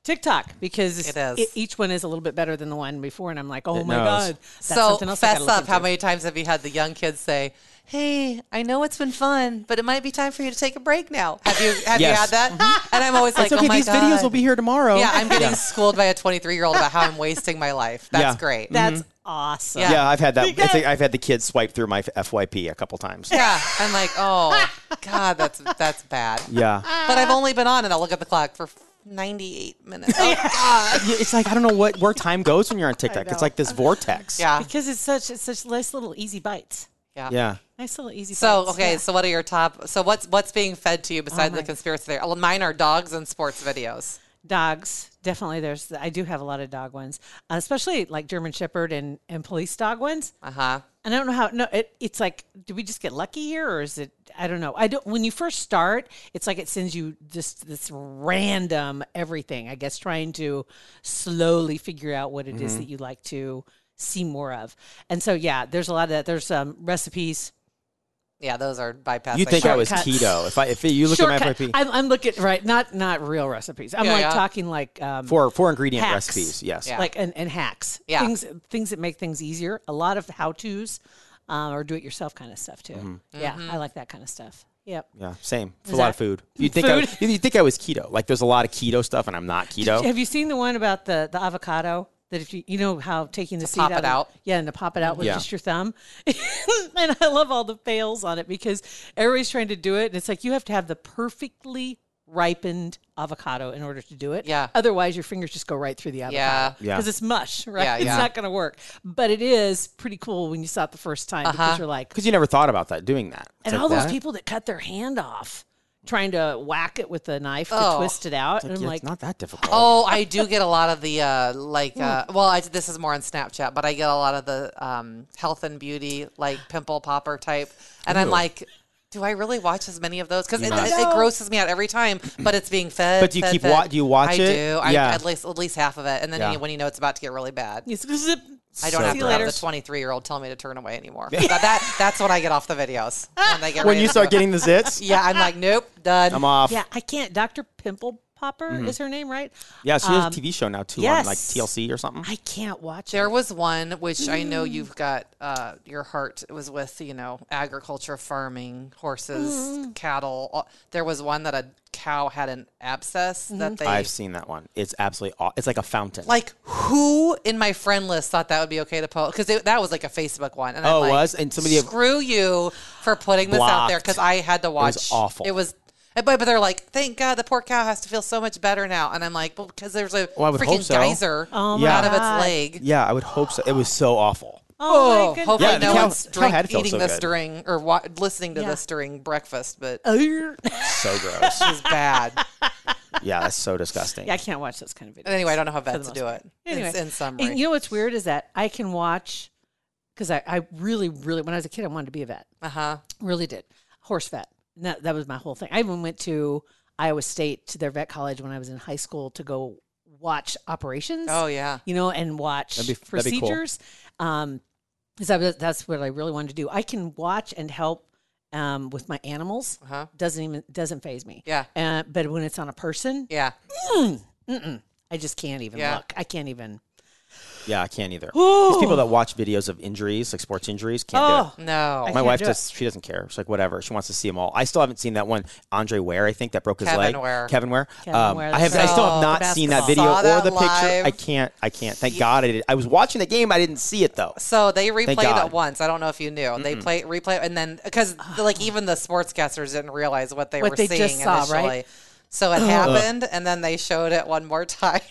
TikTok because e-,
It is.
each one is a little bit better than the one before, and I'm like, oh my
knows.
god, that's
so
something else I
fess
gotta look
up. How
into.
many times have you had the young kids say, "Hey, I know it's been fun, but it might be time for you to take a break now." Have you have you
Yes.
had that?
Mm-hmm.
And I'm always like,
It's okay.
"Oh my
these
god,
videos will be here tomorrow.
Yeah, I'm getting schooled by a 23 year old about how I'm wasting my life. That's
Yeah.
great.
That's awesome.
Yeah.
Yeah, I've had that. I think I've had the kids swipe through my FYP a couple times.
yeah, I'm like, oh god, that's that's bad.
Yeah,
But I've only been on, and I'll look at the clock for 98 minutes. Oh, God.
Yeah, it's like I don't know what where time goes when you're on TikTok. It's like this vortex.
Yeah,
Because it's such it's such nice little easy bites.
yeah,
yeah.
Nice little easy
So
bites.
okay,
yeah.
so what are your top? So what's what's being fed to you
Oh
besides the conspiracy theory? Well, Mine are dogs and sports videos.
dogs definitely there's i do have a lot of dog ones uh, especially like german shepherd and and police dog ones
Uh huh.
and i don't know how no it, it's like do we just get lucky here or is it i don't know i don't when you first start it's like it sends you just this random everything i guess trying to slowly figure out what it is
Mm-hmm.
that you like to see more of and so yeah there's a lot of that there's um recipes
Yeah, those are bypassed.
You think I was
Shortcuts.
keto? If I if you look at my
Shortcut-
FYP
I'm, I'm looking right not not real recipes i'm
Yeah,
like
yeah.
talking like um
four four ingredient
Hacks.
recipes. Yes.
Yeah.
like and, and hacks
Yeah.
things things that make things easier a lot of how to's uh, or do it yourself kind of stuff too
Mm-hmm.
yeah i like that kind of stuff yep
Yeah, same. It's a lot of food. You think
Food?
I you think I was keto? Like there's a lot of keto stuff, and I'm not keto.
have you seen the one about the the avocado that if you you know how taking the seed
pop
out,
it
of-
out.
yeah and to pop it out with
Yeah.
just your thumb and i love all the fails on it because everybody's trying to do it and it's like you have to have the perfectly ripened avocado in order to do it.
Yeah.
Otherwise, your fingers just go right through the avocado.
Yeah. Yeah.
Because it's mush, right?
Yeah,
it's
yeah.
not going to work. But it is pretty cool when you saw it the first time because you're like,
Because you never thought about that doing that. It's
and
like
all
that?
those people that cut their hand off trying to whack it with a knife to
Oh.
twist it out. and I'm
Yeah,
like,
it's not that difficult.
Oh, I do get a lot of the uh, like. Uh,
Hmm.
well, I, this is more on Snapchat, but I get a lot of the um, health and beauty like pimple popper type, and I'm like, do I really watch as many of those? Because it, it, it grosses me out every time. But it's being fed.
But do you
fed,
keep
fed.
wa- do you watch
I
it?
do. I,
Yeah.
at least at least half of it, and then
Yeah.
you- when you know it's about to get really bad.
it's zip.
I don't
So
have to
gross.
have the 23 year old tell me to turn away anymore. that, that- that's when I get off the videos. When, they get
when
ready
you
to
start
do it.
getting the zits,
yeah, I'm like, nope, done.
I'm off.
Yeah, I can't. Dr. Pimple Popper
Mm-hmm.
is her name, right?
Yeah, she has a TV show now too on like
um, yes.
TLC or something.
I can't watch
There
it.
was one which I know you've got uh, your heart it was with you know agriculture, farming, horses, cattle. all- There was one that a cow had an abscess that they
I've seen that one. It's absolutely aw- it's like a fountain.
like. Who in my friend list thought that would be okay to post? Because that was like a Facebook one. And
Oh, it
I'm like,
was? And somebody-
screw you for putting this out there
Blocked.
because I had to watch.
awful.
It was. But, but they're like, thank God the poor cow has to feel so much better now. And I'm like, well, because there's a
Well, I would hope
freaking
so.
geyser
my
out of
God.
its leg.
yeah, I would hope so. It was so awful.
oh, my
Oh,
goodness.
hopefully
Yeah, the
no
cow-
one's
cow
drink,
had felt
eating
so
this
good.
during or wa- listening to
Yeah.
this during breakfast, but it
Arr.
So gross.
was bad.
yeah, that's so disgusting.
yeah, I can't watch those kind of videos.
And anyway, I don't know how vets
most
do
part.
it. Anyway, in, in summary,
And you know what's weird is that I can watch because I, I really, really, when I was a kid, I wanted to be a vet.
uh huh.
Really did. Horse vet. And That, that was my whole thing. I even went to Iowa State to their vet college when I was in high school to go watch operations.
Oh yeah.
You know, and watch
That'd be- that'd be cool.
procedures. Um, because I was- that's what I really wanted to do. I can watch and help um, with my animals.
Uh-huh.
Doesn't even doesn't phase me.
Yeah.
Uh, but when it's on a person,
Yeah.
I just can't even
Yeah.
look. I can't even.
Yeah, I can't either. These people that watch videos of injuries, like sports injuries, can't do it.
Oh,
No.
I
My
can't
wife
do it.
just she doesn't care. She's like whatever. She wants to see them all. I still haven't seen that one Andre Ware. I think that broke his
Kevin
leg.
Ware.
Kevin Ware.
Kevin
um,
Ware,
I have. I
that's
still
right.
have
Oh,
not
the
seen that video
basketball.
Saw
or
that
the picture.
live.
I can't. I can't. Thank God I did. I was watching the game. I didn't see it though.
So they replayed
God. Oh.
it once. I don't know if you knew. They play replay and then because like even the sportscasters didn't realize what they
What
were
they
seeing
just saw,
initially.
right?
So it happened, and then they showed it one more time,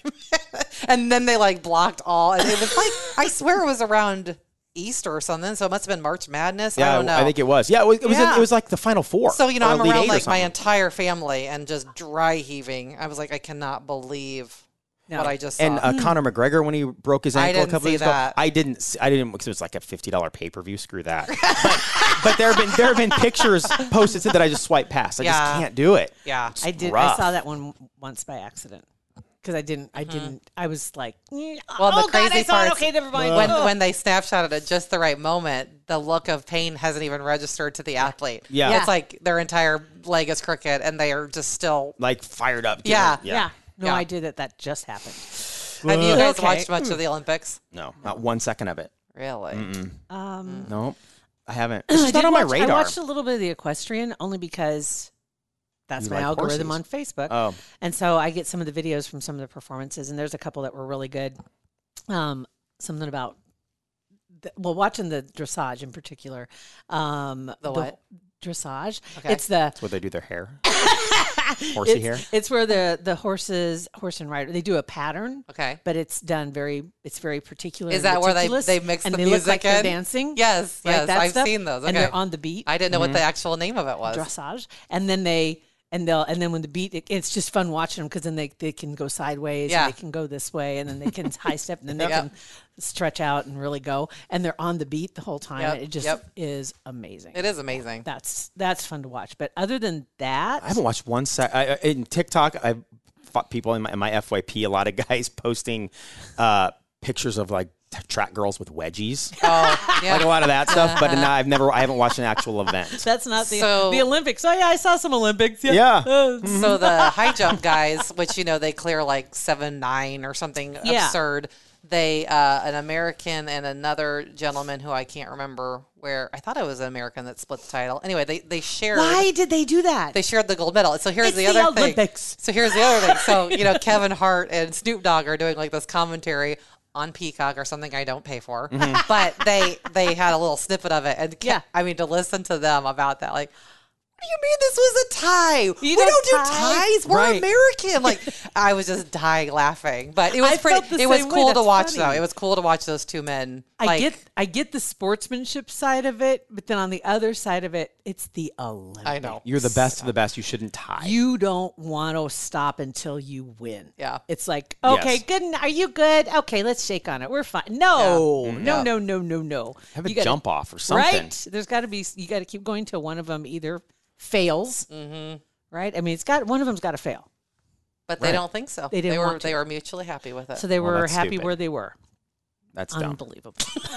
and then they like blocked all. And it was like I swear it was around Easter or something. So it must have been March Madness. I
Yeah,
don't know.
think it was. Yeah, it was. It was, in-
Yeah.
it was like the final four.
So you know,
or
I'm
Elite Eight
around
or
like my
something.
entire family and just dry heaving. I was like, I cannot believe what I just saw.
And uh, Conor McGregor when he broke his
Hmm. I
ankle a
didn't
couple
see
years ago.
that.
I didn't. s- I didn't because it was like a fifty dollar pay per view. Screw that. but, but there have been there have been pictures posted that I just swipe past. I
Yeah.
just can't do it.
yeah,
I did. I
rough.
saw that one once by accident because I didn't. I didn't. I was like, mm,
Uh-huh. Well,
oh
the crazy
God, I saw it.
part's
Okay, never mind.
when
Ugh.
when they snapshot it at just the right moment, the look of pain hasn't even registered to the athlete.
Yeah.
it's like their entire leg is crooked, and they are just still.
Like fired up. doing
Yeah.
it.
Oh. yeah.
yeah.
no,
Yeah.
I did it. That just happened.
Have you guys
Okay. Hmm.
watched much of the Olympics?
No, not one second of it.
Really?
Um,
No, I haven't. It's
I
just not
did
on my
watch-
radar.
I watched a little bit of the equestrian only because that's
You
my
like
algorithm
horses.
on Facebook.
Oh.
And so I get some of the videos from some of the performances, and there's a couple that were really good. Um, something about the, well, watching the dressage in particular. Um, the
what?
dressage?
Okay.
It's the
That's where they do their hair. Horsey
it's,
hair.
It's where the the horses, horse and rider, they do a pattern.
Okay.
But it's done very. It's very particular.
Is
and
that where they-
meticulous,
they mix
and
the
they look
music
like they're
in?
dancing?
Yes,
like
yes,
that
I've
stuff,
seen those.
And they're
Okay.
on the beat,
I didn't know
Mm-hmm.
what the actual name of it was.
dressage, and then they. And they'll and then when the beat, it, it's just fun watching them because then they, they can go sideways,
Yeah.
and they can go this way, and then they can high step, and then they
Yep.
can stretch out and really go, and they're on the beat the whole time.
Yep,
It just
yep.
is amazing.
It is amazing.
That's that's fun to watch. But other than that,
I haven't watched one sec. I, I- in TikTok, I fought people in my, in my FYP. A lot of guys posting uh, pictures of like t- track girls with wedgies,
Oh, yeah.
like a lot of that stuff. But now I've never, I haven't watched an actual event.
that's not the
So-
the Olympics. Oh yeah, I saw some Olympics.
Yeah. Mm-hmm.
Uh,
so the high jump guys, which you know they clear like seven nine or something
Yeah.
absurd. They uh, an American and another gentleman who I can't remember where I thought it was an American that split the title. Anyway, they they shared
Why did they do that?
they shared the gold medal. So here's
It's
the
the
other
Olympics.
thing. So here's the other thing. So you know Kevin Hart and Snoop Dogg are doing like this commentary on Peacock or something I don't pay for,
Mm-hmm.
but they they had a little snippet of it and Ke-
Yeah.
I mean to listen to them about that like do you mean this was a tie? we
don't
don't do
tie?
ties. We're
Right.
American. Like I was just dying laughing, but it was
I felt
pretty.
the
It was
same way.
cool to
That's
watch
funny.
though. It was cool to watch those two men.
I
like,
get I get the sportsmanship side of it, but then on the other side of it, it's the Olympics.
I know.
You're the best of the best. You shouldn't tie.
You don't want to stop until you win.
Yeah.
It's like,
Yes.
okay, good. n- Are you good? Okay, let's shake on it. We're fine. No, no,
Yeah.
no, no, no, no.
Mm-hmm. Have a
gotta-
jump off or something.
Right. There's got to be, you got to keep going till one of them either fails.
Mm-hmm.
Right. I mean, it's got, one of them's got to fail.
but they
Right.
don't think so.
They didn't
were
want to.
they were mutually happy with it.
So they
Well,
were
that's
happy
stupid.
where they were.
That's dumb.
Unbelievable.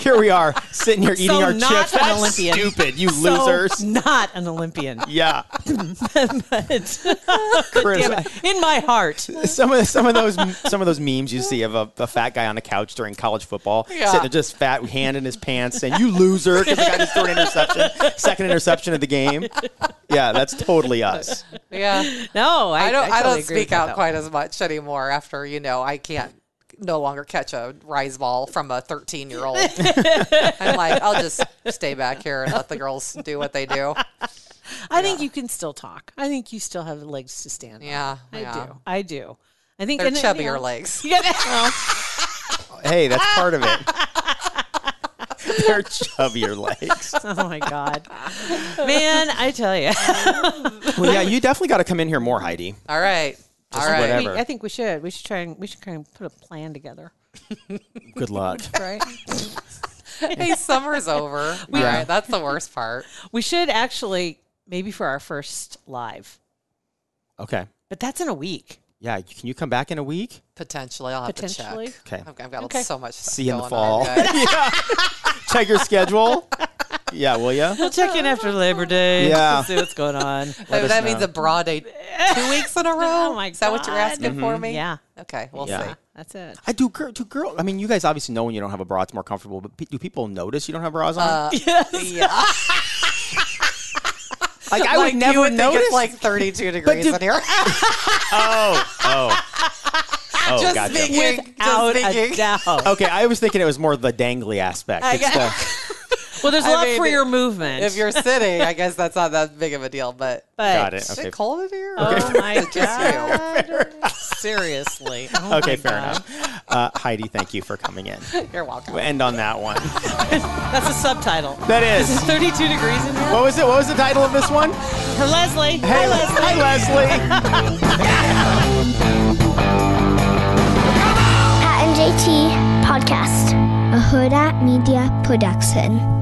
Here we are sitting here eating
So
our
not
chips.
an
That's
Olympian.
stupid. You
So,
losers.
not an Olympian.
Yeah, Chris.
Damn it. In my heart.
some of some of those some of those memes you see of a, a fat guy on a couch during college football,
Yeah.
sitting there just fat, hand in his pants, saying "You loser" because the guy just threw an interception, second interception of the game. Yeah, that's totally us.
yeah.
No, I,
I don't. I,
totally
don't
agree with
speak
you,
out
though.
quite as much anymore. After you know, I can't no longer catch a rise ball from a 13 year old. I'm like, I'll just stay back here and let the girls do what they do.
I think you can still talk. I think you still have legs to stand. on.
Yeah,
I
yeah.
do. I do. I think
They're
and, you
chubbier
know,
legs.
you Oh, gotta-
Hey, that's part of it. They're chubbier legs.
oh my god, man! I tell you,
Well, yeah, you definitely got to come in here more, Heidi.
All right. All right.
whatever.
I think we should. We should try and we should try and put a plan together,
Good luck.
right?
Hey, summer's over. All right, that's the worst part.
we should actually maybe for our first live,
Okay.
but that's in a week.
Yeah, can you come back in a week?
Potentially, I'll have
Potentially.
to check.
Okay.
I've, I've got
Okay.
so much. Stuff
See you in the
going
fall.
on, guys.
yeah. Check your schedule. Yeah, will you?
We'll check in after Labor Day.
Yeah.
to see what's going on.
that
us
that
know.
means a bra day two weeks in a row.
Oh my
Is that what you're
God.
asking for me?
Mm-hmm. yeah,
Okay, we'll
Yeah.
see.
that's it.
I do. Girl, do girl. I mean, you guys obviously know when you don't have a bra, it's more comfortable. But pe- do people notice you don't have bras on?
Yeah.
like I
like,
would
you
never
would think
notice.
it's like 32 degrees
do-
in here.
oh, oh, oh,
just
gotcha.
thinking.
Out
just
a
thinking.
doubt.
Okay, I was thinking it was more the dangly aspect. It's the,
Well, there's a
I
lot
mean,
for your movement.
If you're sitting, I guess that's not that big of a deal, but.
but
got it.
Is
Okay,
it cold in here?
Oh my
Just
god! Seriously. Oh
okay,
my
fair
God.
enough. Uh, Heidi, thank you for coming in.
You're welcome.
We'll end on that one.
That's a subtitle.
That
This is
is.
32 degrees in here.
What was it? What was the title of this one?
Leslie.
Hey, hi, Leslie.
Pat and JT Podcast, a Huda Media Production.